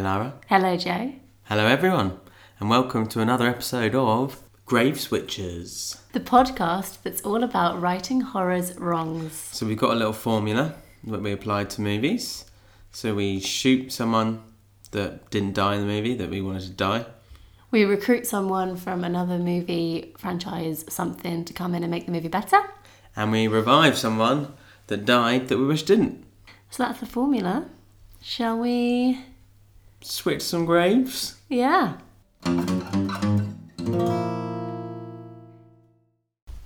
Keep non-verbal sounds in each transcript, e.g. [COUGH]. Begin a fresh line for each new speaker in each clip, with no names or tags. Hello, Joe.
Hello, everyone, and welcome to another episode of Grave Switchers.
The podcast that's all about righting horror's wrongs.
So, we've got a little formula that we applied to movies. So, we shoot someone that didn't die in the movie that we wanted to die.
We recruit someone from another movie franchise, something, to come in and make the movie better.
And we revive someone that died that we wish didn't.
So that's the formula. Shall we?
Switch some graves.
[LAUGHS] Yeah.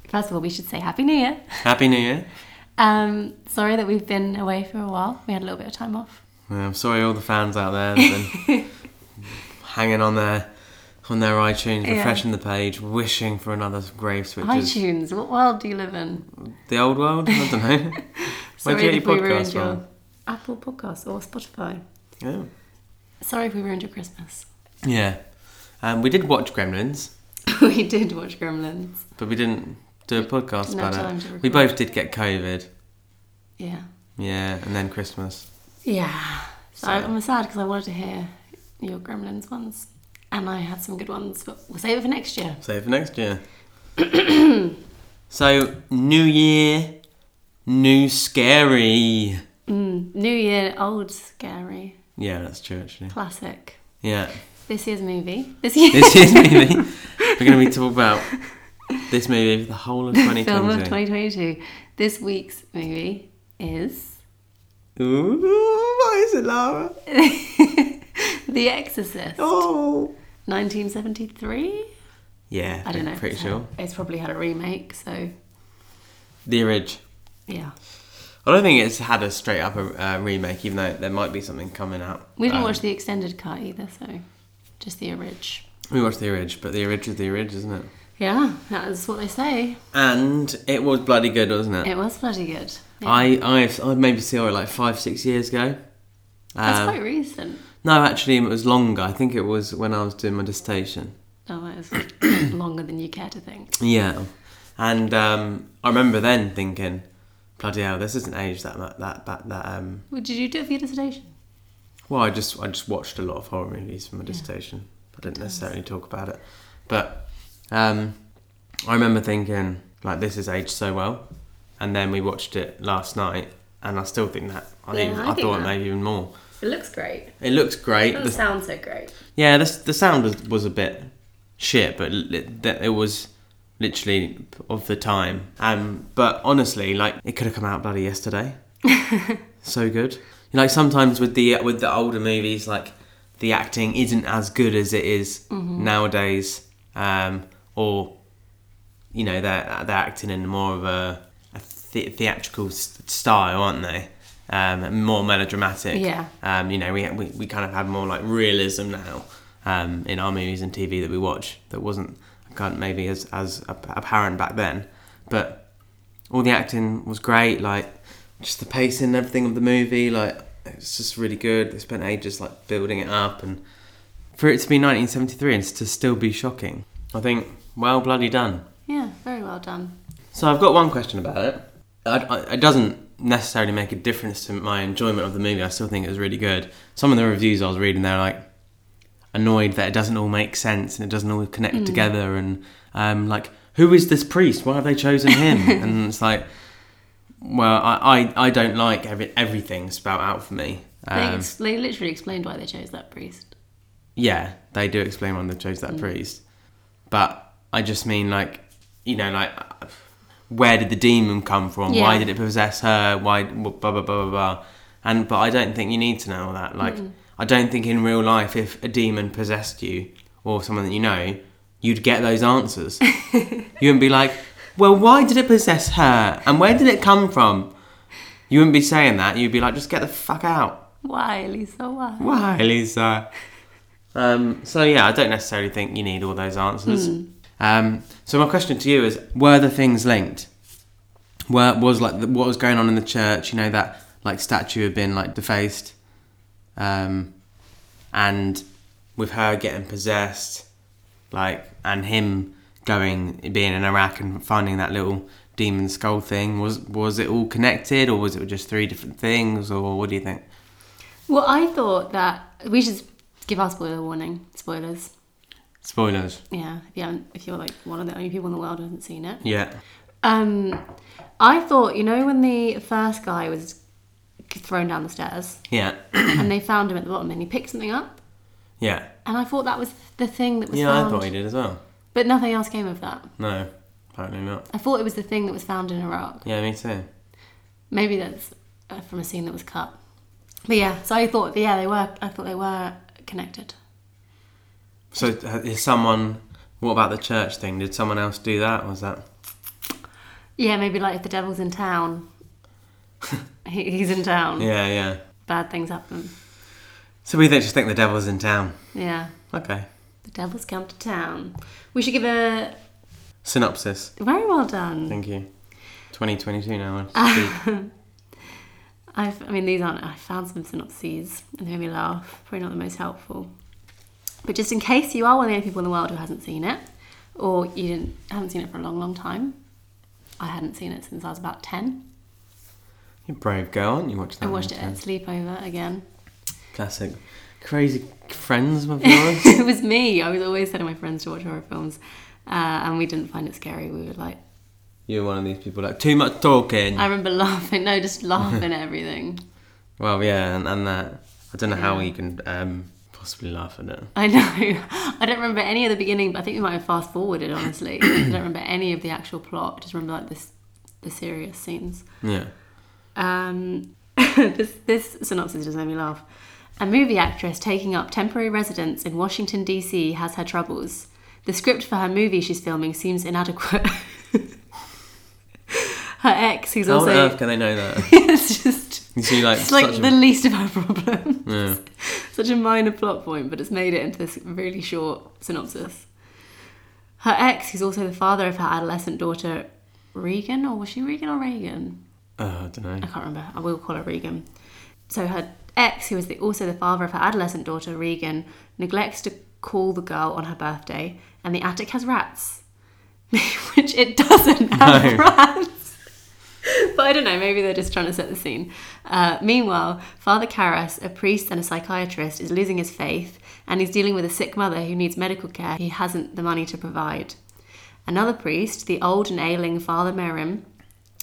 First of all, we should say Happy New Year.
Happy New Year.
Um, sorry that we've been away for a while. We had a little bit of time off.
Well, I'm sorry, all the fans out there that been
[LAUGHS]
hanging on their on their iTunes,
Yeah.
refreshing the page, wishing for another Grave Switchers.
iTunes, what world do you live in?
The old world? I
[LAUGHS]
don't know. Where'd
Sorry
you get
if
your
we ruined
podcast
your
from?
Apple Podcasts or Spotify.
Yeah.
Sorry if we ruined your [LAUGHS] Christmas.
Yeah. Um, we did watch Gremlins,
we did watch Gremlins.
but we didn't do a podcast
No
about
time
it.
to
We
record.
both did get COVID.
Yeah.
Yeah, and then Christmas.
Yeah. So,
So-
I'm sad because I wanted to hear your Gremlins ones. And I had some good ones, but we'll save it for next year.
Save for next
[COUGHS]
year. so, new year, new scary.
Mm, new year, old, scary,
Yeah, that's true, actually.
classic.
Yeah.
This year's movie. This year.
This
[LAUGHS]
is movie. We're going to be talking about this movie for the whole of
[LAUGHS] film
2020.
of 2022. This week's movie is [LAUGHS]
Ooh, what is it, Lara?
The Exorcist,
Oh.
1973.
Yeah,
I don't know. if
Pretty
it's
sure.
had- It's probably had a remake, so
The Ridge.
yeah.
I don't think it's had a straight up uh, remake, even though there might be something coming out.
We didn't
Um,
watch the extended cut either, so just the orig.
We watched the Ridge, but the Ridge is the Ridge, isn't it?
Yeah, that is what they say.
And it was bloody good, wasn't it?
It was bloody good. Yeah.
I I've, I maybe saw it like five six years ago.
That's
Um,
quite recent.
No, actually, it was longer. I think it was when I was doing my dissertation.
Oh, that was [COUGHS] longer than you care to think.
Yeah, and um, I remember then thinking, bloody hell, this isn't aged that mu- that that that. Um,
Well, did you do it for your dissertation?
well, I just I just watched a lot of horror movies for my dissertation. I didn't necessarily talk about it, but um, I remember thinking like this is aged so well, and then we watched it last night, and I still think that. I,
Yeah,
even,
I
I,
think
thought
that.
maybe even more.
It looks great.
It looks great. The-
sound so great.
yeah, the the sound was, was a bit shit, but li- that it was literally of the time. Um, but honestly, like it could have come out bloody yesterday. so good. Like sometimes with the with the older movies, like the acting isn't as good as it is nowadays, um, or you know they're they're acting in more of a, a the- theatrical s- style, aren't they? Um, more melodramatic.
Yeah.
Um, you know, we, we we kind of have more like realism now um, in our movies and TV that we watch that wasn't kind of maybe as as ap- apparent back then, but all the acting was great. Like just the pacing and everything of the movie, like it's just really good. They spent ages like building it up, and for it to be 1973 and to still be shocking, I think well bloody done.
Yeah, very well done.
So I've got one question about it. I, I- it doesn't necessarily make a difference to my enjoyment of the movie. I still think it was really good. Some of the reviews I was reading, they're like annoyed that it doesn't all make sense and it doesn't all connect together. And um, like, who is this priest? Why have they chosen him? and it's like, well, I, I, I don't like every, everything spout out for me.
They,
Um,
ex- they literally explained why they chose that priest.
yeah, they do explain why they chose that priest. But I just mean like, you know, like where did the demon come from? Why
Yeah.
did it possess her? Why blah blah blah blah blah. And but I don't think you need to know all that. Like I don't think in real life if a demon possessed you or someone that you know, you'd get those answers. you wouldn't be like, well, why did it possess her? And where did it come from? You wouldn't be saying that. You'd be like, just get the fuck out.
Why, Lisa? Why?
Why, Lisa? Um, so yeah, I don't necessarily think you need all those answers. Um, so my question to you is: Were the things linked? Were was like the, what was going on in the church? You know that like statue had been like defaced, um, and with her getting possessed, like and him going being in Iraq and finding that little demon skull thing was was it all connected or was it just three different things or what do you think?
Well, I thought that we should Give our spoiler warning. Spoilers.
Spoilers.
Yeah, if you haven't, if you're like one of the only people in the world who hasn't seen it.
Yeah.
Um, I thought, you know, when the first guy was thrown down the stairs
Yeah. [CLEARS THROAT]
and they found him at the bottom and he picked something up,
Yeah.
and I thought that was the thing that was
Yeah, I
found.
thought he did as well.
But nothing else came of that.
No, apparently not.
I thought it was the thing that was found in Iraq.
Yeah, me too.
Maybe that's uh, from a scene that was cut. But yeah, so I thought, yeah, they were. I thought they were connected.
So uh, is someone? What about the church thing? Did someone else do that? Was that?
Yeah, maybe like if the devil's
[LAUGHS]
in town, he, he's in town.
Yeah, yeah.
Bad things happen.
So we just think the devil's in town.
Yeah,
Okay.
the devil's come to town. We should give a
Synopsis.
very well done.
Thank you. 2022 now.
[LAUGHS]
I speak.
I've, I mean, these aren't. I found some synopses and they made me laugh. Probably not the most helpful. But just in case you are one of the only people in the world who hasn't seen it, or you didn't, haven't seen it for a long, long time. I hadn't seen it since I was about ten.
you brave girl, aren't you? Watched that.
I
on
watched
the
it at
telly?
sleepover again.
Classic. Crazy friends of yours.
[LAUGHS] it was me. I was always telling my friends to watch horror films, uh, and we didn't find it scary. We were like,
You're one of these people like too much talking.
I remember laughing. No, just laughing at everything.
Well, yeah, and, and that. I don't know how
Yeah.
you can um, possibly laugh at it.
I know. I don't remember any of the beginning, but I think we might have fast forwarded. Honestly, I don't remember any of the actual plot. I just remember like this, the serious scenes.
Yeah.
Um, [LAUGHS] this, this synopsis does make me laugh. A movie actress taking up temporary residence in Washington, D.C. has her troubles. The script for her movie she's filming seems inadequate. [LAUGHS] her ex, who's
How on
also.
earth can they know that?
[LAUGHS] it's just.
You see, like,
It's like
such a,
the least of our problem.
yeah.
Such a minor plot point, but it's made it into this really short synopsis. Her ex, who's also the father of her adolescent daughter, Regan, or was she Regan or Reagan?
Oh, I don't know.
I can't remember. I will call her Regan. So her ex, who is the, also the father of her adolescent daughter Regan, neglects to call the girl on her birthday, and the attic has rats, [LAUGHS] which it doesn't have
No.
rats. [LAUGHS] But I don't know, maybe they're just trying to set the scene. Uh, meanwhile, Father Karras, a priest and a psychiatrist, is losing his faith and he's dealing with a sick mother who needs medical care he hasn't the money to provide. Another priest, the old and ailing Father Merim,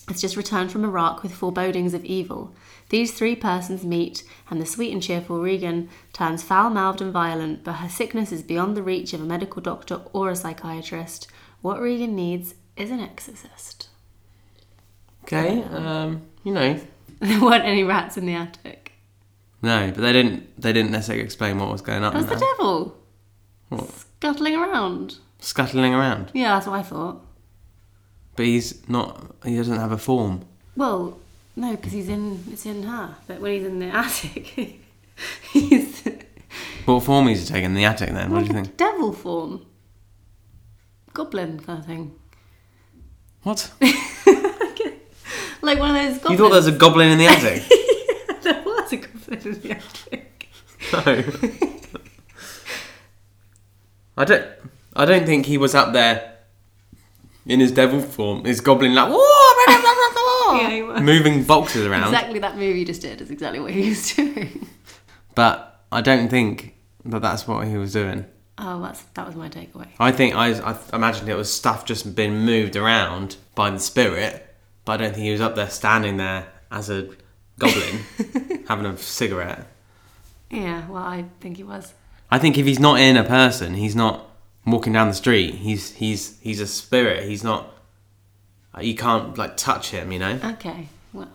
has just returned from Iraq with forebodings of evil. These three persons meet, and the sweet and cheerful Regan turns foul mouthed and violent, but her sickness is beyond the reach of a medical doctor or a psychiatrist. What Regan needs is an exorcist.
Okay, um, you know.
[LAUGHS] There weren't any rats in the attic.
No, but they didn't. They didn't necessarily explain what was going on.
That was the
there.
devil
Oh, What?
scuttling around.
Scuttling around,
Yeah, that's what I thought.
but he's not. He doesn't have a form.
Well, no, because he's in it's in her. But when he's in the [LAUGHS] attic, he's
What form is he taking in the attic then? What do you think?
devil form, goblin kind of thing.
What?
Like one of those
You
goblins.
thought there's a goblin in the
[LAUGHS]
attic?
there was a goblin in the attic.
no. I don't. I don't think he was up there in his devil form. His goblin like
[LAUGHS] Yeah, he was.
moving boxes around.
Exactly that move you just did is exactly what he was [LAUGHS] doing.
But I don't think that that's what he was doing.
Oh, that's, that was my takeaway.
I think I, I imagined it was stuff just being moved around by the spirit, but I don't think he was up there standing there as a goblin having a cigarette.
Yeah, well, I think he was.
I think if he's not in a person, he's not walking down the street. He's he's he's a spirit. He's not. You can't like touch him, you know.
Okay, well,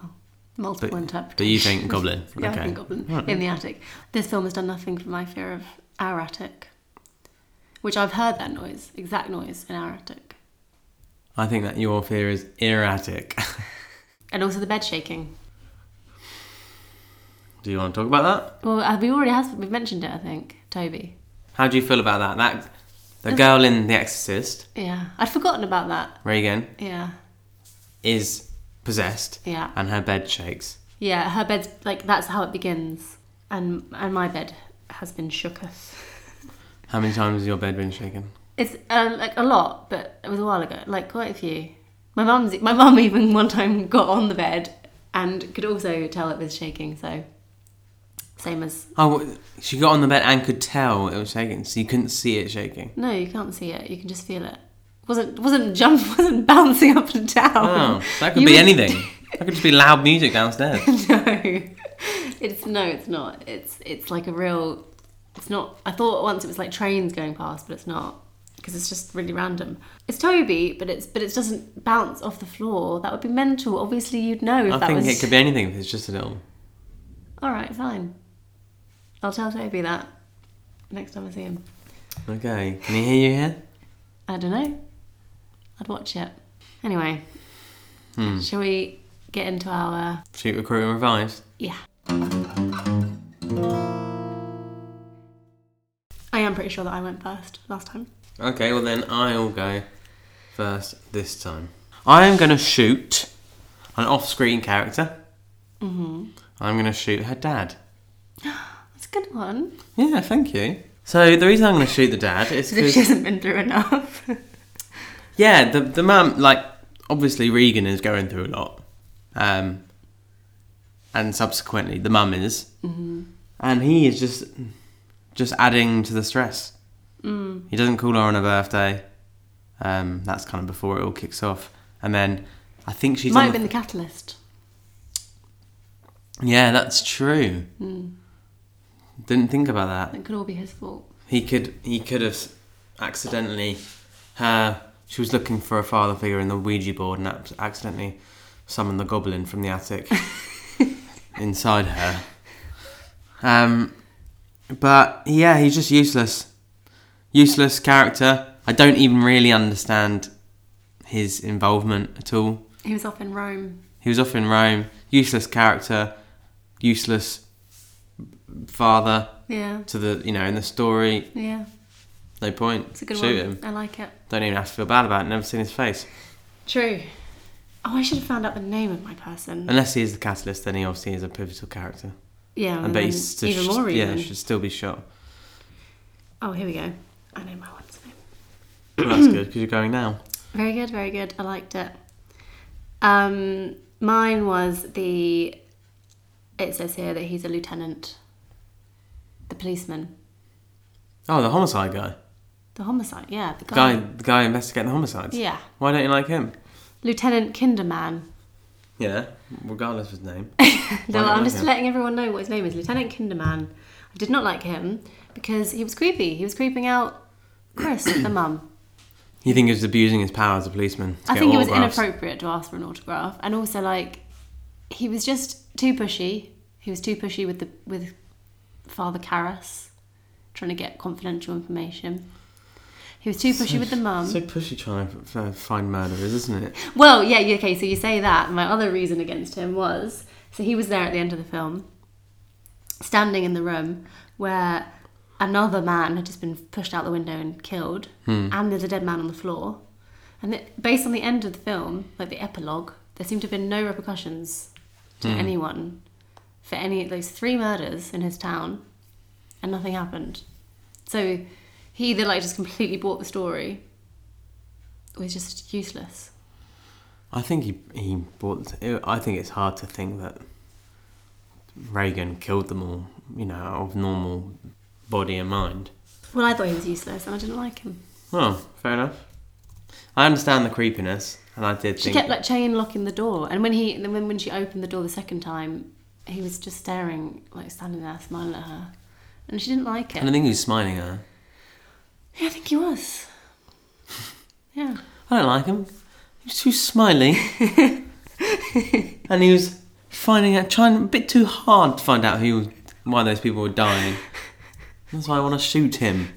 multiple interpretations.
Do you think goblin?
[LAUGHS] Yeah, I think goblin in the attic. This film has done nothing for my fear of our attic, which I've heard that noise, exact noise in our attic,
I think that your fear is erratic. [LAUGHS]
and also the bed shaking.
Do you want to talk about that?
Well, uh, we already has we've mentioned it, I think. Toby.
How do you feel about that? That the girl in The Exorcist,
Yeah, I'd forgotten about that.
Reagan,
Yeah,
is possessed,
yeah.
and her bed shakes.
Yeah, her bed's like that's how it begins, and and my bed has been shooketh.
How many times has your bed been shaken?
It's um, like a lot, but it was a while ago, like quite a few. My mum's my mum [LAUGHS] even one time got on the bed and could also tell it was shaking, so Same as
Oh, she got on the bed and could tell it was shaking, so you couldn't see it shaking.
no, you can't see it. You can just feel it. wasn't wasn't jump [LAUGHS] wasn't bouncing up and down.
Oh, that could
You
be
would-
anything.
[LAUGHS]
That could just be loud music downstairs.
no, it's no, it's not. It's it's like a real. It's not. I thought once it was like trains going past, but it's not because it's just really random. It's Toby, but it's but it doesn't bounce off the floor. That would be mental. Obviously, you'd know if
I
that
think
was.
it could be anything. If it's just a little.
All right, fine. I'll tell Toby that next time I see him.
Okay, can you hear you here?
I don't know. I'd watch it anyway.
Hmm.
Shall we get into our
Shoot, recruit, and revive.
yeah? I am pretty sure that I went first last time.
Okay, well then I'll go first this time. I am going to shoot an off-screen character. Mm-hmm. I'm going to shoot her dad.
That's a good one.
Yeah, thank you. So the reason I'm going to shoot the dad is
Because she
because
hasn't been through [LAUGHS] enough.
yeah, the the mum like obviously Regan is going through a lot, um, and subsequently the mum is,
Mm-hmm.
and he is just just adding to the stress. Mm. He doesn't call her on her birthday. Um, that's kind of before it all kicks off, and then I think she's
Might
on
have
the-
been the catalyst.
yeah, that's true.
Mm.
Didn't think about that.
It could all be his fault.
He could he could have s- accidentally her she was looking for a father figure in the Ouija board and ac- accidentally summoned the goblin from the
[LAUGHS]
attic inside her. Um, but yeah, he's just useless, useless character. I don't even really understand his involvement at all.
He was off in Rome.
He was off in Rome, useless character, useless father
Yeah,
to the you know in the story.
yeah.
No point.
It's a good
Shoot
one.
him.
I like it.
Don't even have to feel bad about it. Never seen his face.
True. Oh, I should have found out the name of my person.
Unless he is the catalyst, then he obviously is a pivotal character.
yeah,
And,
and
but
then
he's still,
even more
yeah,
reason.
should still be shot. [CLEARS THROAT]
Oh, here we go. I know my one's name.
Well, that's good because you're going now.
Very good, very good. I liked it. Um, mine was the. It says here that he's a lieutenant, the policeman,
Oh, the homicide guy.
the homicide. Yeah, the guy.
Guy, the guy investigating the homicides.
Yeah,
Why don't you like him?
Lieutenant Kinderman.
Yeah, regardless of his name.
[LAUGHS] No,
Why not
I'm
like
just
him?
letting everyone know what his name is. Lieutenant Kinderman. I did not like him because he was creepy. He was creeping out Chris, the mum.
You think he was abusing his power as a policeman? To
I
get
think it was
autographs?
inappropriate to ask for an autograph, and also like he was just too pushy. He was too pushy with the with Father Karras, trying to get confidential information. He was too pushy with
[SIGHS]
the mum.
So pushy trying to f- f- find murderers, isn't it?
well, yeah, yeah, okay. So you say that. My other reason against him was so he was there at the end of the film, standing in the room where another man had just been pushed out the window and killed, and there's a dead man on the floor. And it, based on the end of the film, like the epilogue, there seemed to have been no repercussions to anyone for any of those three murders in his town, and nothing happened. So he either like just completely bought the story, or he's just useless.
I think he he bought. I think it's hard to think that Reagan killed them all. You know, out of normal body and mind.
Well, I thought he was useless, and I didn't like him.
Oh, fair enough. I understand the creepiness, and I did
She
think.
kept like chain locking the door, and when he, and then when she opened the door the second time, he was just staring, like standing there, smiling at her, and she didn't like it.
and I think he was smiling at her.
Yeah, I think
[LAUGHS]
he was. Yeah,
I don't like him. He was too
[LAUGHS]
smiley, and he was finding out trying a bit too hard to find out who why those people were dying. That's why I want to shoot him.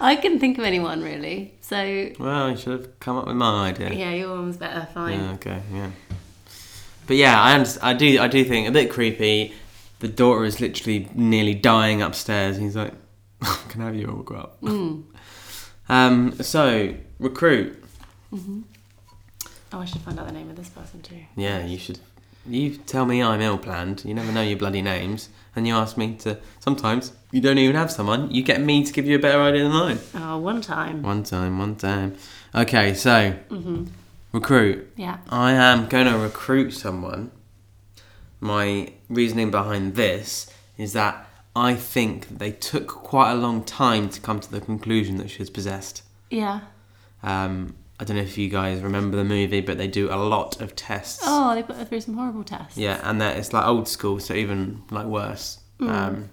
I couldn't think of anyone really. So
Well, you should have come up with my idea.
yeah, your one was better. Fine.
Yeah, okay, yeah. But yeah, I underst- I do I do think a bit creepy. The daughter is literally nearly dying upstairs, and he's like, [LAUGHS] "Can I have your autograph?"
Mm.
um, so recruit.
Oh, I should find out the name of this person too.
Yeah, you should. You tell me I'm ill planned. You never know your bloody names, and you ask me to. Sometimes you don't even have someone. You get me to give you a better idea than mine.
Oh, one time.
One time, one time. Okay, so recruit.
Yeah.
I am going to recruit someone. My reasoning behind this is that I think they took quite a long time to come to the conclusion that she was possessed.
Yeah.
Um, I don't know if you guys remember the movie, but they do a lot of tests.
Oh, they put her through some horrible tests.
Yeah, and that it's like old school, so even like worse. Um,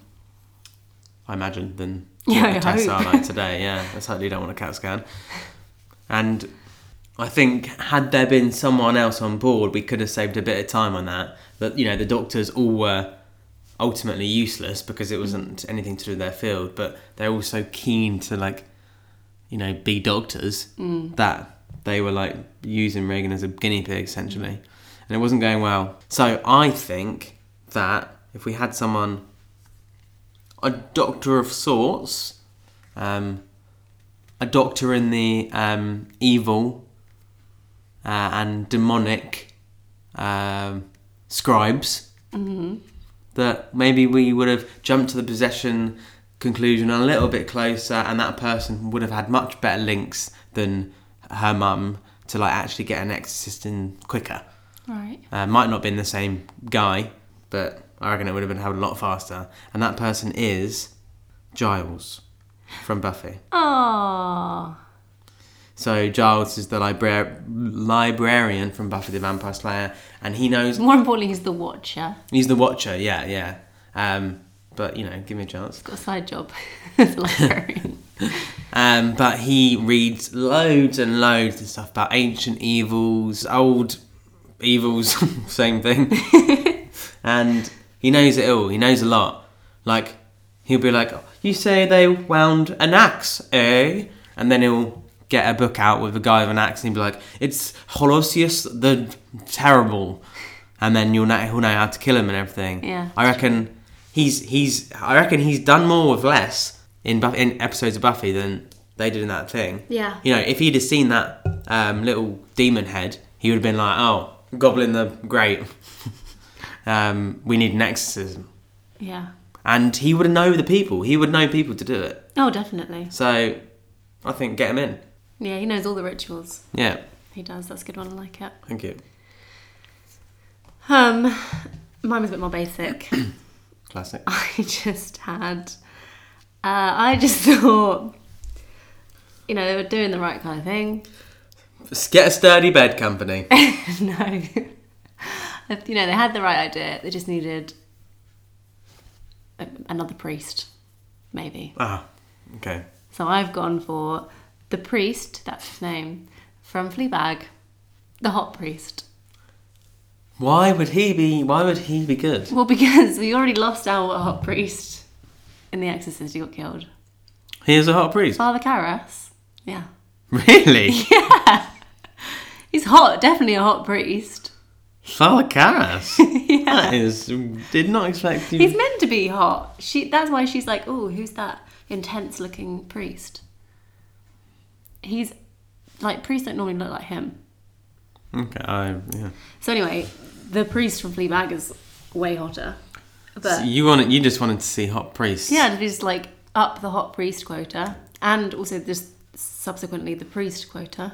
I imagine than
[LAUGHS] Yeah,
what
I
the tests
hope.
are like today. Yeah, I certainly don't want a CAT scan. And I think had there been someone else on board, we could have saved a bit of time on that. But you know, the doctors all were ultimately useless because it wasn't anything to do with their field. But they're all so keen to like, you know, be doctors
Mm.
that they were like using Reagan as a guinea pig essentially, and it wasn't going well. So I think that if we had someone a doctor of sorts, um, a doctor in the um, evil uh, and demonic um, scribes. That maybe we would have jumped to the possession conclusion a little bit closer, and that person would have had much better links than her mum to like actually get an exorcist in quicker.
Right.
Uh, might not have been the same guy, but I reckon it would have been happened a lot faster. And that person is Giles from Buffy.
Oh.
So Giles is the libra- librarian from Buffy the Vampire Slayer, and he knows
More importantly, he's the watcher.
he's the Watcher. Yeah, yeah. Um, but you know, give me a chance.
Got a side job [LAUGHS] as a librarian.
Um, but he reads loads and loads of stuff about ancient evils, old evils, [LAUGHS] same thing. and he knows it all. He knows a lot. Like he'll be like, "You say they wound an axe, eh?" And then he'll get a book out with a guy with an axe, and he'll be like, "It's Holosius the Terrible," and then you'll know, he'll know how to kill him and everything.
Yeah.
I reckon he's he's I reckon he's done more with less in Buffy, in episodes of Buffy than they did in that thing.
Yeah.
You know, if he'd have seen that um, little demon head, he would have been like, "Oh, Goblin the Great, [LAUGHS] um, we need an exorcism,"
yeah.
and he would know the people. He would know people to do it.
Oh, definitely.
So, I think get him in.
Yeah, he knows all the rituals.
Yeah,
He does. That's a good one. I like it.
thank you.
Um, mine was a bit more basic.
Classic.
I just had. Uh, I just [LAUGHS] thought, you know, they were doing the right kind of thing. [LAUGHS]
Get a sturdy bed company.
no. [LAUGHS] you know, they had the right idea. They just needed a- another priest, maybe.
Ah, okay.
So I've gone for the priest, that's his name, from Fleabag, the hot priest.
Why would he be? Why would he be good?
Well, because we already lost our hot priest in The Exorcist, he got killed.
He is a hot
[LAUGHS]
priest.
Father Karras, yeah.
Really?
He's hot, definitely a hot priest. [LAUGHS]
Father Karras?
yeah.
That is. Did not expect you.
He's meant to be hot. She that's why she's like, "Oh, who's that intense looking priest?" He's like priests don't normally look like him.
Okay, I, yeah.
So anyway, the priest from Fleabag is way hotter. But
So you wanted, you just wanted to see hot priests.
yeah, to just like up the hot priest quota and also just subsequently the priest quota.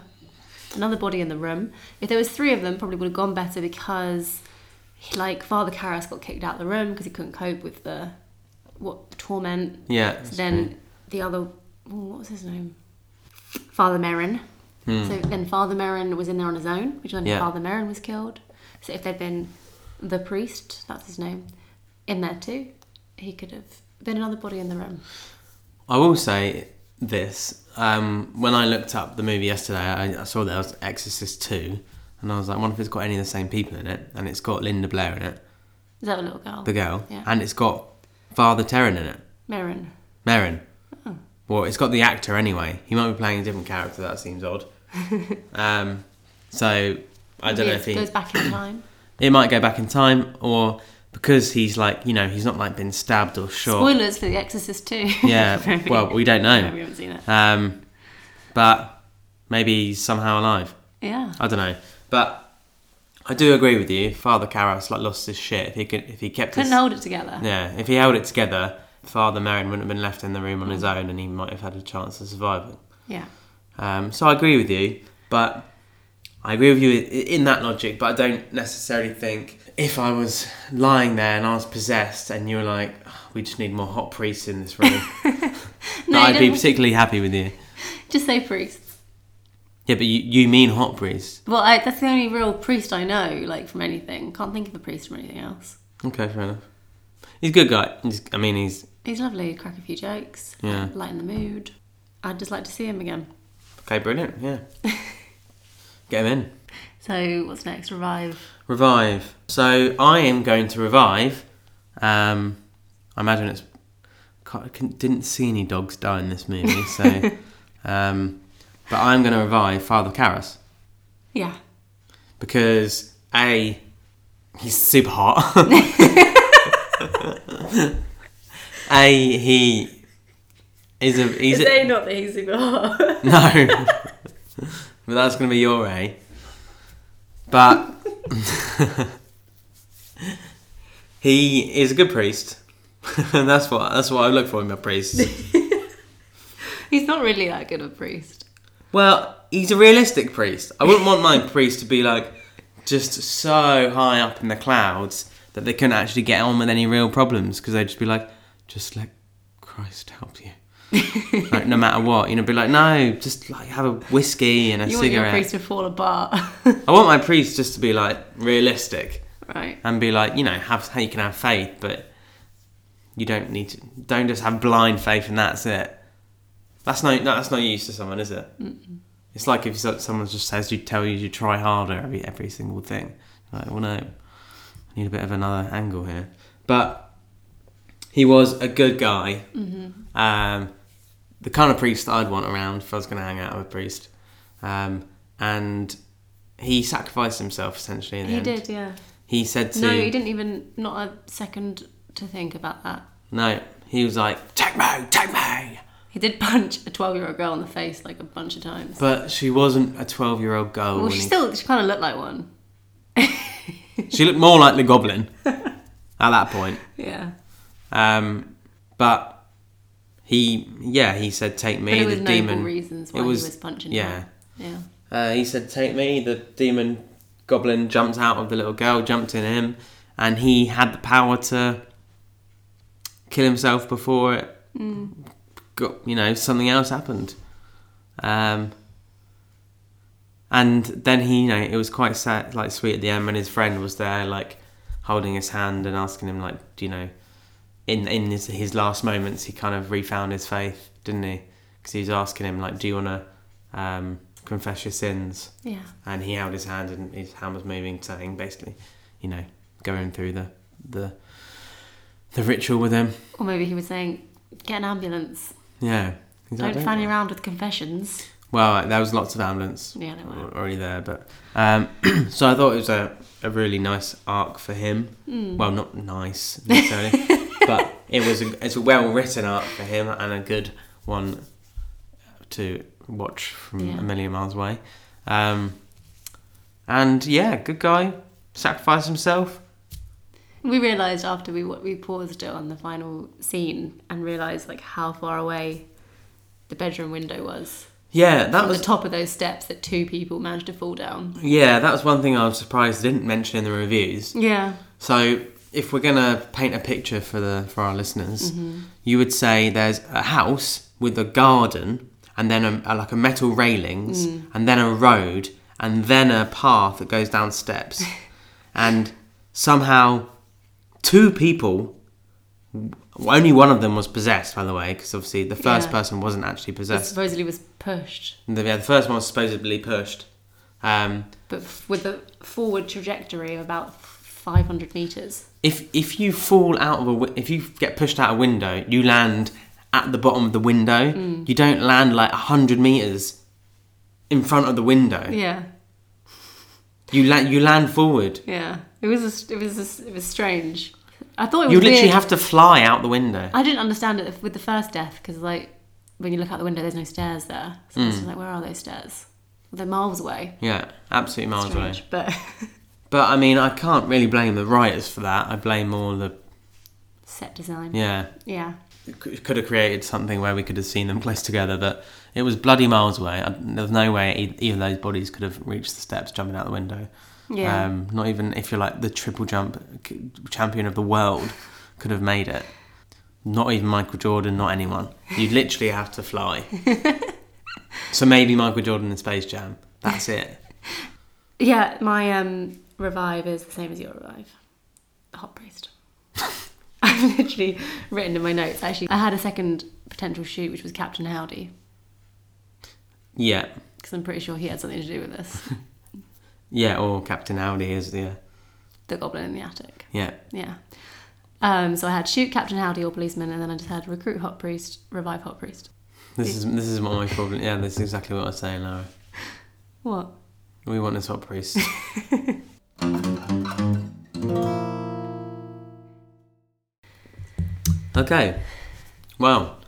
Another body in the room. If there was three of them, probably would have gone better because like Father Karras got kicked out of the room because he couldn't cope with the what the torment
Yeah.
So then the other, ooh, what was his name? Father Merrin. So then Father Merrin was in there on his own, which then
Hmm. Yeah.
Father Merrin was killed. So if there'd been the priest, that's his name, in there too, he could have been another body in the room.
I will say this. Um, when I looked up the movie yesterday, I, I saw there was Exorcist 2, and I was like, I wonder if it's got any of the same people in it. And it's got Linda Blair in it,
Is that a little girl?
the girl,
Yeah.
and it's got Father Terran in it,
Merrin.
Merrin. Well, it's got the actor anyway. He might be playing a different character, that seems odd. um, so, I don't
Maybe
know
it
if he.
goes back
[COUGHS]
in time.
it might go back in time or because he's like you know he's not like been stabbed or shot
Spoilers for The Exorcist too.
[LAUGHS] yeah
[LAUGHS] Maybe.
well we don't
[LAUGHS] we
know
haven't seen it.
um but maybe he's somehow alive
Yeah.
i don't know but i do agree with you father Karras like lost his shit if he could if he kept
Couldn't
his
hold it together.
yeah if he held it together father Merrin wouldn't have been left in the room on his own and he might have had a chance of survival
Yeah.
um so i agree with you but I agree with you i- in that logic, but I don't necessarily think if I was lying there and I was possessed and you were like, "Ah, we just need more hot priests in this
[LAUGHS]
room,
No,
I'd
you
be
don't-
particularly happy with you.
Just say priests.
Yeah, but you, you mean hot priests.
Well, I, that's the only real priest I know, like from anything. Can't think of a priest from anything else.
Okay, fair enough. He's a good guy. He's, I mean, he's.
He's lovely. Crack a few jokes. um,
Yeah.
Lighten the mood. I'd just like to see him again.
Okay, brilliant, yeah. [LAUGHS] Get him in.
So what's next? Revive.
Revive. So I am going to revive. Um, I imagine it's. can't- I couldn't- didn't see any dogs die in this [LAUGHS] movie, so. um, but I'm going to revive Father Karras
Yeah.
because a he's super [LAUGHS] hot. a he is a he's a,
not that he's super hot?
no, [LAUGHS] but that's going to be your A. But [LAUGHS] he is a good priest. [LAUGHS] that's what that's what I look for in my
[LAUGHS]
priest.
[LAUGHS] he's not really that good a priest.
well, he's a realistic priest. I wouldn't want my priest to be like just so high up in the clouds that they couldn't actually get on with any real problems because they'd just be like, just let Christ help
[LAUGHS]
you. like no matter what, you know, be like, no, just like have a whiskey and a
You want
cigarette.
your priest to fall apart. [LAUGHS]
I want my priest just to be like realistic
right.
and be like, you know, have how you can have faith, but you don't need to. Don't just have blind faith and that's it. That's no, no that's no use to someone, is it? It's like if so- someone just says you tell you to try harder every every single thing. Like, well, no, I need a bit of another angle here. But he was a good guy. Mm-hmm. Um, the kind of priest I'd want around if I was going to hang out with a priest. Um, and he sacrificed himself essentially in the
He
end.
did, yeah.
He said to
No, he didn't even not a second to think about that.
No, he was like, take me, take me.
He did [LAUGHS] punch a twelve-year-old girl in the face like a bunch of times.
But she wasn't a 12 year old girl.
well,
when
she
Oh, he-
still she kind of looked like one.
she looked more like the goblin [LAUGHS] at that point.
Yeah,
Um, but he, yeah, he said, take
but
me,
it
the
was noble
demon.
reasons
it
why
was-
he was punching.
yeah.
her. yeah.
Uh, he said, take me. The demon goblin jumped out of the little girl, jumped in him, and he had the power to kill himself before it got, you know, something else happened. Um, and then he, you know, it was quite sad, like sweet at the end when his friend was there, like holding his hand and asking him, like, do you know, in in his, his last moments, he kind of refound his faith, didn't he? Because he was asking him, like, do you want to um, confess your sins?
Yeah,
and he held his hand and his hand was moving saying basically you know going through the the the ritual with him
or maybe he was saying, "Get an ambulance.
yeah
Don't fanny around with confessions."
well there was lots of ambulance
Yeah, there were.
already there but um [CLEARS THROAT] so i thought it was a, a really nice arc for him
Hmm.
well not nice necessarily but it was a, it's a well written arc for him and a good one to watch from
Yeah.
a million miles away um and yeah good guy sacrificed himself
We realised after we wa- we paused it on the final scene and realised like how far away the bedroom window was.
Yeah, that
From
was
the top of those steps that two people managed to fall down.
yeah, that was one thing I was surprised they didn't mention in the reviews.
Yeah.
So if we're gonna paint a picture for the for our listeners, you would say there's a house with a garden and then a, a- like a metal railings and then a road and then a path that goes down steps, and somehow two people. Only one of them was possessed, by the way, because obviously the first
Yeah.
person wasn't actually
It
possessed.
supposedly was pushed,
The, yeah, the first one was supposedly pushed. Um,
but f- with a forward trajectory of about 500 meters.
if if you fall out of a wi- if you get pushed out a window, you land at the bottom of the window.
Mm.
You don't land like hundred meters in front of the window.
Yeah,
You land you land forward.
yeah. It was a s it was a s it was strange. I thought it was
You literally
Oh, weird. Ah.
have to fly out the window.
I didn't understand it with the first death because like when you look out the window, there's no stairs there. So I was
Mm.
just like, where are those stairs? They're miles away.
Yeah, absolutely miles away.
Strange, but [LAUGHS]
But I mean, I can't really blame the writers for that. I blame more the
set design.
yeah.
Yeah.
c- could have created something where we could have seen them close together, but it was bloody miles away. I, there was no way e- either of those bodies could have reached the steps jumping out the window.
Yeah.
Um, not even if you're like the triple jump c- champion of the world could have made it. Not even Michael Jordan, not anyone. You'd literally have to
[LAUGHS]
fly. so maybe Michael Jordan in Space Jam. That's it.
yeah, my um, revive is the same as your revive. Hot priest. [LAUGHS] I've literally written in my notes. Actually, I had a second potential shoot, which was Captain Howdy,
Yeah.
because I'm pretty sure he had something to do with this.
[LAUGHS] Yeah, or Captain Howdy is, yeah.
the Goblin in the Attic.
Yeah.
Yeah. Um, so I had shoot Captain Howdy or policeman, and then I just had recruit hot priest, revive hot priest.
This is this is what my problem. Yeah, this is exactly what I was saying, Laura.
What? [LAUGHS]
We want this hot priest. okay. Well,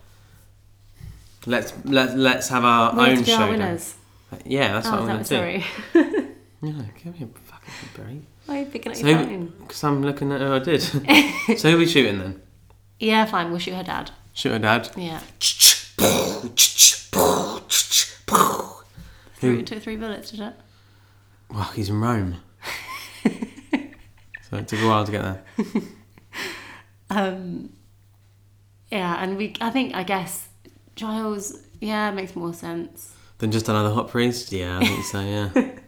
let's let let's have our
Way
own
to be
show.
our winners.
Yeah, that's what
oh,
I'm
that
gonna do.
was sorry. [LAUGHS]
Yeah, give me a fucking break.
Why are you picking up
So
your
who-
phone?
Because I'm looking at who I
[LAUGHS]
did. [LAUGHS] so who are we shooting then?
Yeah, fine. We'll shoot her dad.
Shoot her dad.
Yeah.
Who-
Three, it took three bullets, did it?
Well, he's in
[LAUGHS]
Rome. so it took a while to get there.
Um, yeah, and we. I think. I guess Giles. Yeah, makes more sense.
Then just another hot priest? Yeah, I think so,
[LAUGHS]
yeah.
The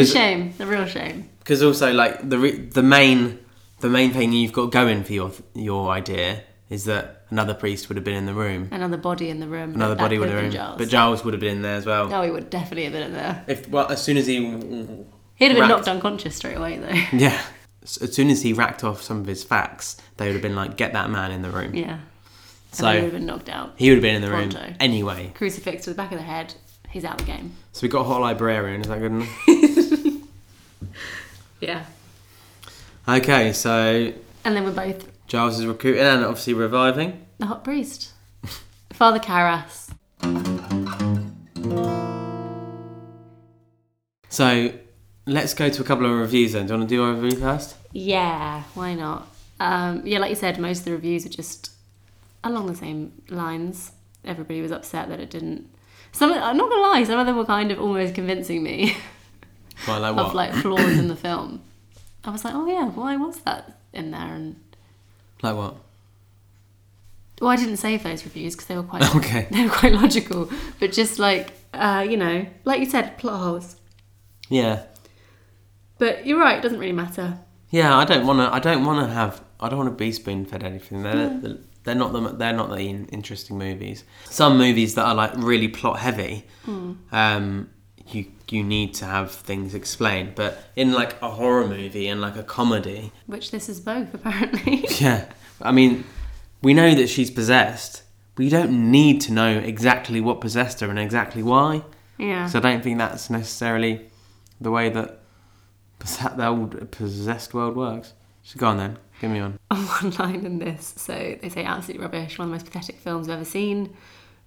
Because
shame. The real shame.
because also like the re- the main the main thing you've got going for your your idea is that another priest would have been in the room,
Another body in the room. but
another
that
body
could
would have
been
been,
Giles.
but Giles would have been in there as well.
oh, he would definitely have been in there.
If well, as soon as he
He'd have been
Wrapped.
knocked unconscious straight away, though. [LAUGHS]
yeah, S- as soon as he racked off some of his facts, they would have been like, get that man in the room.
yeah.
So-
and he would have been knocked out,
He would have been in the room
Pronto.
anyway.
crucifixed to the back of the head. He's out of the game.
So we got a hot librarian. Is that good enough?
Yeah.
okay, so
And then we're both
Giles is recruiting and obviously reviving.
the hot [LAUGHS] priest, Father Karas.
So let's go to a couple of reviews then. Do you want to do our review first?
Yeah, why not? Um, yeah, like you said, most of the reviews are just along the same lines. Everybody was upset that it didn't. Some, I'm not gonna lie, some of them were kind of almost convincing me
Well, like
[LAUGHS] of like flaws [COUGHS] in the film. I was like, oh yeah, why was that in there? And
Like what? [LAUGHS]
well, I didn't save those reviews because they were quite
Okay.
[LAUGHS] they were quite logical. But just like uh, you know, like you said, plot holes.
Yeah.
But you're right; it doesn't really matter.
Yeah, I don't want to. I don't want to have. I don't want to be spoon fed anything. They're they're not the they're not the in- interesting movies. Some movies that are like really plot heavy, um, you you need to have things explained. But in like a horror movie and like a comedy, [LAUGHS]
Which this is both, [LAUGHS] apparently.
yeah. I mean, we know that she's possessed. We don't need to know exactly what possessed her and exactly why.
yeah.
So I don't think that's necessarily the way that [LAUGHS] possessed, the old possessed world works. So go on then, give me
[LAUGHS]
one.
one line in this. So they say absolute rubbish, one of the most pathetic films I've ever seen.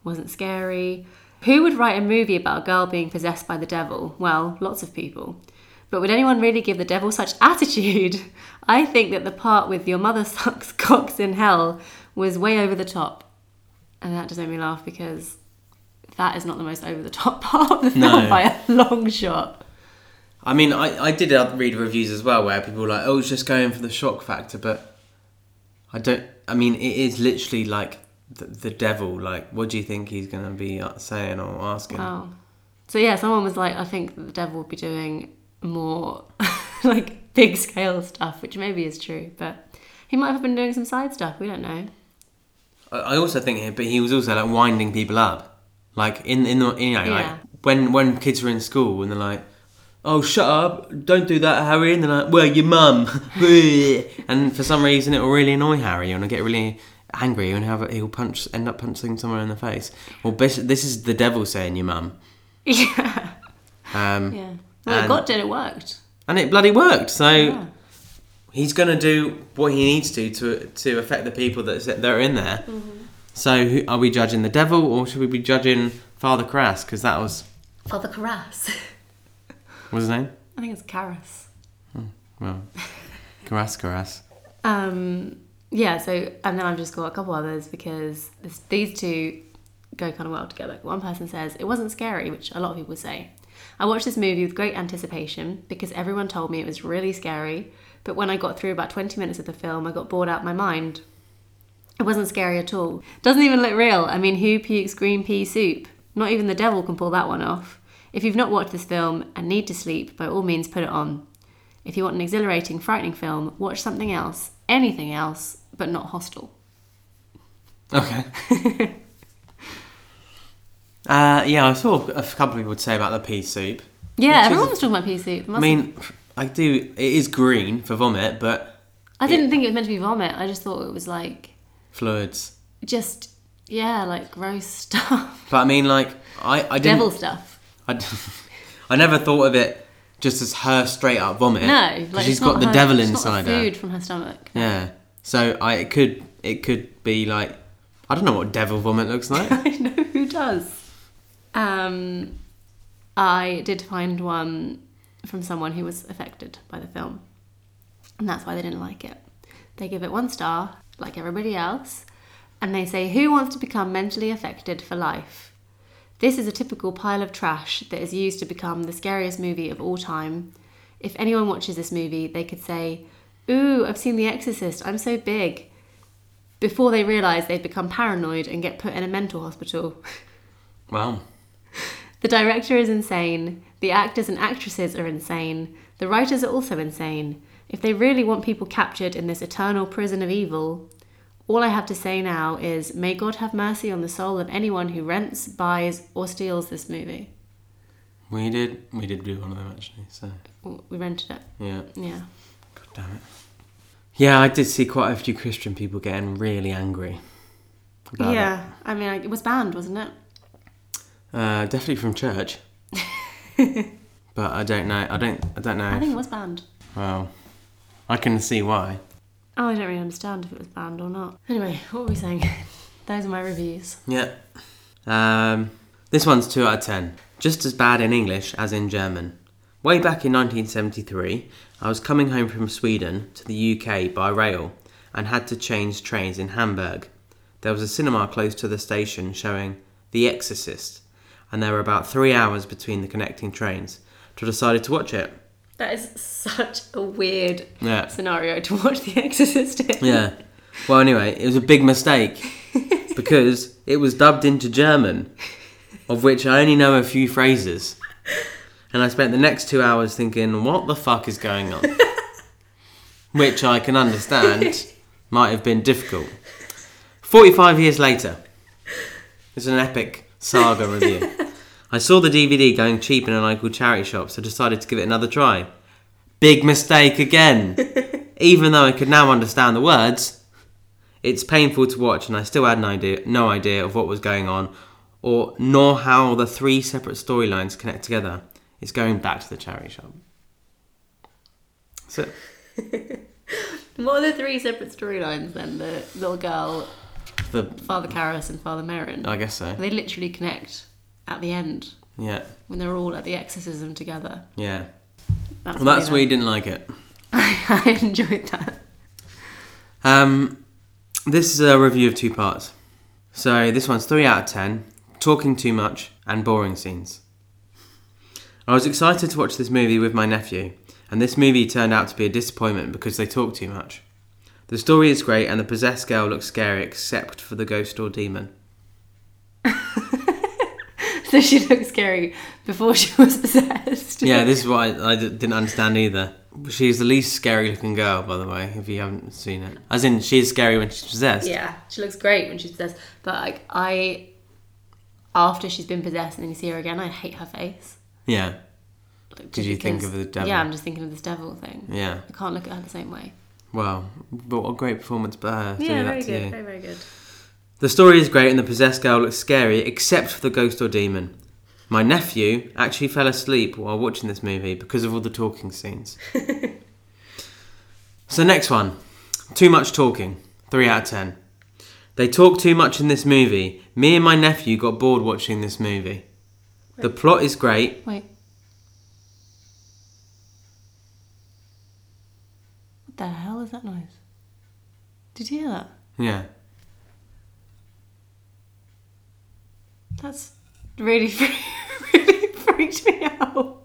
Wasn't scary. Who would write a movie about a girl being possessed by the devil? Well, lots of people. But would anyone really give the devil such [LAUGHS] attitude? I think that the part with your mother [LAUGHS] sucks cocks in hell was way over the top. And that just made me laugh because that is not the most over the top [LAUGHS] part of the film
No.
by a long shot.
I mean, I, I did uh, read reviews as well where people were like, oh, it's just going for the shock factor, but I don't. I mean, it is literally like the, the devil. Like, what do you think he's going to be uh, saying or asking?
Oh. So yeah, someone was like, I think that the devil will be doing more [LAUGHS] like big scale stuff, which maybe is true, but he might have been doing some side stuff, we don't know.
I, I also think, he- but he was also like winding people up, like in in the you know
Yeah.
like when when kids are in school and they're like. Oh, shut up! Don't do that, Harry. And they're like, "Well, your mum." [LAUGHS] and for some reason, it will really annoy Harry, and he'll get really angry, and have, he'll punch, end up punching someone in the face. Well, this, this is the devil saying your mum,
[LAUGHS] yeah.
um,
Yeah. Well it
And-
got to, it worked.
and it bloody worked. So
Yeah.
he's gonna do what he needs to to to affect the people that's, that are in there. So who, are we judging the devil or should we be judging Father Crass? Because that was
Father Carras.
what's his name?
I think it's Carras.
Well, Crass, Crass.
Um yeah, so and then I've just got a couple others because this, these two go kind of well together. One person says it wasn't scary, which a lot of people say. I watched this movie with great anticipation because everyone told me it was really scary, but when I got through about 20 minutes of the film, I got bored out of my mind. It wasn't scary at all. Doesn't even look real. I mean, who pukes green pea soup? Not even the devil can pull that one off. If you've not watched this film and need to sleep, by all means put it on. If you want an exhilarating, frightening film, watch something else, anything else, but not Hostel.
Okay. [LAUGHS] uh, yeah, I saw a couple of people would say about the pea soup.
Yeah,
Which is-
everyone was talking about pea soup.
I mean, I do. It is green for vomit, but
I didn't think it was meant to be vomit. I just thought it was like
fluids.
just yeah, like gross [LAUGHS] stuff,
But I mean, like I, I didn't.
devil stuff.
I, [LAUGHS] d- I never thought of it just as her straight up vomit.
No, like
'Cause
it's
she's
not
got the
her-
devil
it's
inside
not
her.
food from her stomach.
Yeah. So I it could it could be like I don't know what devil vomit looks like.
[LAUGHS] I know who does. Um, I did find one from someone who was affected by the film, and that's why they didn't like it. They give it one star, like everybody else, and they say, Who wants to become mentally affected for life? This is a typical pile of trash that is used to become the scariest movie of all time. If anyone watches this movie, they could say, Ooh, I've seen The Exorcist, I'm so big before they realise they've become paranoid and get put in a mental hospital. [LAUGHS]
wow.
The director is insane, the actors and actresses are insane, the writers are also insane. If they really want people captured in this eternal prison of evil, all I have to say now is may God have mercy on the soul of anyone who rents, buys, or steals this movie.
We did we did do one of them actually. So
Well, We rented it,
yeah.
yeah.
God damn it. Yeah, I did see quite a few Christian people getting really angry. about it.
yeah, I mean, like, it was banned, wasn't it?
Uh, definitely from
[LAUGHS]
church. but I don't know. I don't. I don't know.
I
if-
think it was banned.
well, I can see why.
Oh, I don't really understand if it was banned or not. Anyway, what were we saying? [LAUGHS] Those are my reviews.
Yeah. Um, this one's 2 out of 10. Just as bad in English as in German. Way back in 1973, I was coming home from Sweden to the UK by rail and had to change trains in Hamburg. There was a cinema close to the station showing The Exorcist, and there were about three hours between the connecting trains, so I decided to watch it.
That is such a weird
Yeah.
scenario to watch The Exorcist in.
Yeah. Well, anyway, it was a big mistake because it was dubbed into German, of which I only know a few phrases. And I spent the next two hours thinking, what the fuck is going on? which I can understand might have been difficult. 45 years later, it's an epic saga review. I saw the DVD going cheap in a local charity shop, so decided to give it another try. Big mistake again. Even though I could now understand the words, it's painful to watch, and I still had no idea, no idea of what was going on, or nor how the three separate storylines connect together. It's going back to the charity shop. So,
What are the three separate storylines then? The little girl,
the
Father Karras, and Father Merrin.
I guess so.
They literally connect at the end
Yeah,
when they're all at the exorcism together.
yeah.
That's
Well, that's
really
where you didn't like it.
nice. [LAUGHS] I enjoyed that.
Um, this is a review of two parts. So this one's three out of ten. Talking too much and boring scenes. I was excited to watch this movie with my nephew, and this movie turned out to be a disappointment because they talk too much. The story is great, and the possessed girl looks scary except for the ghost or demon.
So she looked scary before she was [LAUGHS] possessed.
Yeah, this is what I, I d- didn't understand either. She's the least scary looking girl, by the way, if you haven't seen it. As in, she is scary when she's possessed.
Yeah, she looks great when she's possessed. But like I, after she's been possessed and then you see her again, I hate her face.
Yeah.
Like,
Did you think
because-
of the devil?
Yeah, I'm just thinking of this devil thing.
Yeah.
I can't look at her the same way.
Wow. But what a great performance by her. to do that to you.
Very, very good.
The story is great and the possessed girl looks scary, except for the ghost or demon. My nephew actually fell asleep while watching this movie because of all the talking
[LAUGHS]
scenes. so, next one Too Much Talking, 3 out of 10. They talk too much in this movie. Me and my nephew got bored watching this movie. The plot is great.
Wait. What the hell is that noise? Did you hear that?
Yeah.
That's really, [LAUGHS] really freaked me out.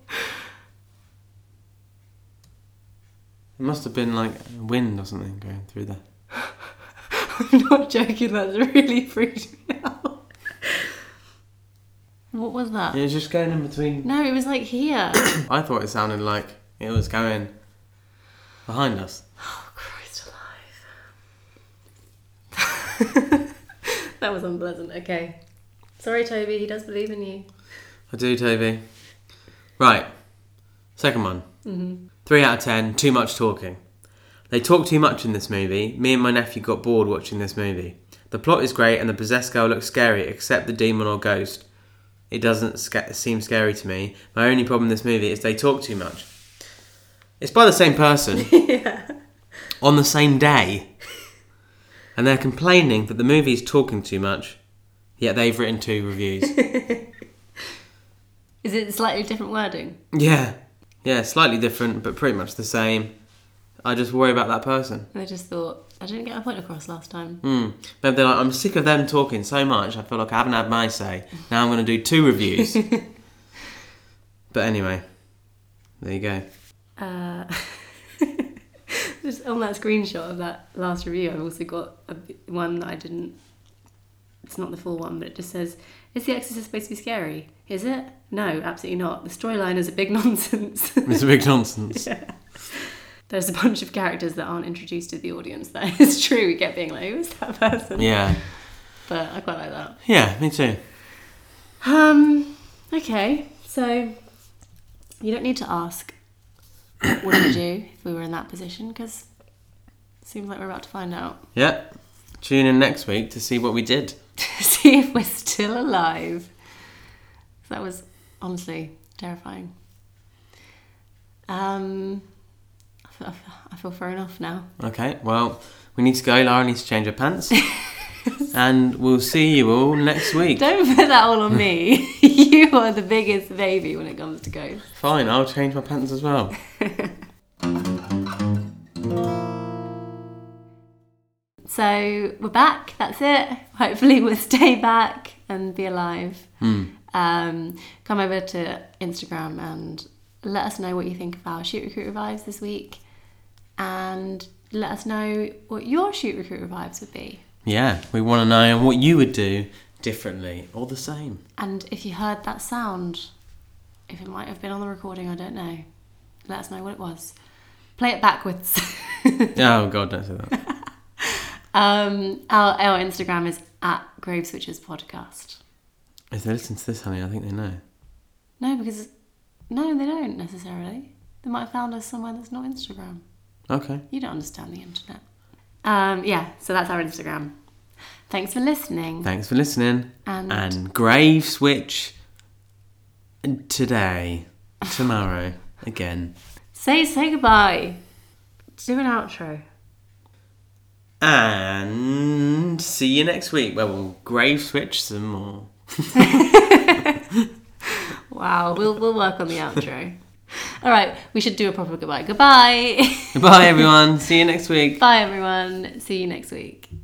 It must have been like wind or something going through there.
I'm not joking, that's really freaked me out. What was that?
It was just going in between.
No, it was like [COUGHS] here.
I thought it sounded like it was going behind us.
oh, Christ alive. [LAUGHS] that was unpleasant. Okay. Sorry, Toby, he does believe in you.
I do, Toby. Right. Second one.
Mhm.
Three out of ten. Too much talking. They talk too much in this movie. Me and my nephew got bored watching this movie. The plot is great and the possessed girl looks scary, except the demon or ghost. It doesn't sca- seem scary to me. My only problem with this movie is they talk too much. It's by the same person
yeah.
on the same day, and they're complaining that the movie is talking too much. Yet they've written two reviews.
Is it slightly different wording?
Yeah. Yeah, slightly different, but pretty much the same. I just worry about that person.
I just thought, I didn't get a point across last time.
Hmm. Maybe they're like, I'm sick of them talking so much, I feel like I haven't had my say. Now I'm going to do two reviews. but anyway, there you go.
Uh, [LAUGHS] just on that screenshot of that last review, I've also got a, b- one that I didn't. It's not the full one, but it just says, "Is The Exorcist supposed to be scary? Is it? No, absolutely not. The storyline is a big [LAUGHS] nonsense.
It's a big nonsense.
There's a bunch of characters that aren't introduced to the audience. [LAUGHS] That is true. We get being like, who's that person?
Yeah.
But I quite like that.
Yeah, me too.
Um. Okay. So you don't need to ask what would we do if we were in that position because seems like we're about to find out. [LAUGHS]
Yep. Tune in next week to see what we did.
See if we're still alive. That was honestly terrifying. Um. I feel- I feel- I feel thrown off now.
Okay, well, we need to go. Lara needs to change her pants. and we'll see you all next week.
Don't put that all on me. [LAUGHS] you are the biggest baby when it comes to ghosts.
Fine, I'll change my pants as well.
So we're back. That's it. Hopefully, we'll [LAUGHS] stay back and be alive. Um, come over to Instagram and let us know what you think of our Shoot Recruit Revives this week. And let us know what your Shoot Recruit Revives would be.
Yeah, we want to know what you would do differently or the same.
And if you heard that sound, if it might have been on the recording, I don't know. Let us know what it was. Play it backwards. [LAUGHS]
Oh God, don't say that.
um, our, our Instagram is at Grave Switches Podcast.
if they listen to this, honey, I think they know.
No, because no, they don't necessarily. They might have found us somewhere that's not Instagram.
Okay.
You don't understand the internet. Um, yeah, so that's our Instagram. Thanks for listening.
Thanks for listening.
And-
and grave switch today, tomorrow, again,
Say say goodbye. Do an outro.
and see you next week where we'll grave switch some more.
Wow, we'll we'll work on the outro. [LAUGHS] All right, we should do a proper goodbye. [LAUGHS] Goodbye.
Goodbye, everyone. see you next week.
Bye everyone. See you next week.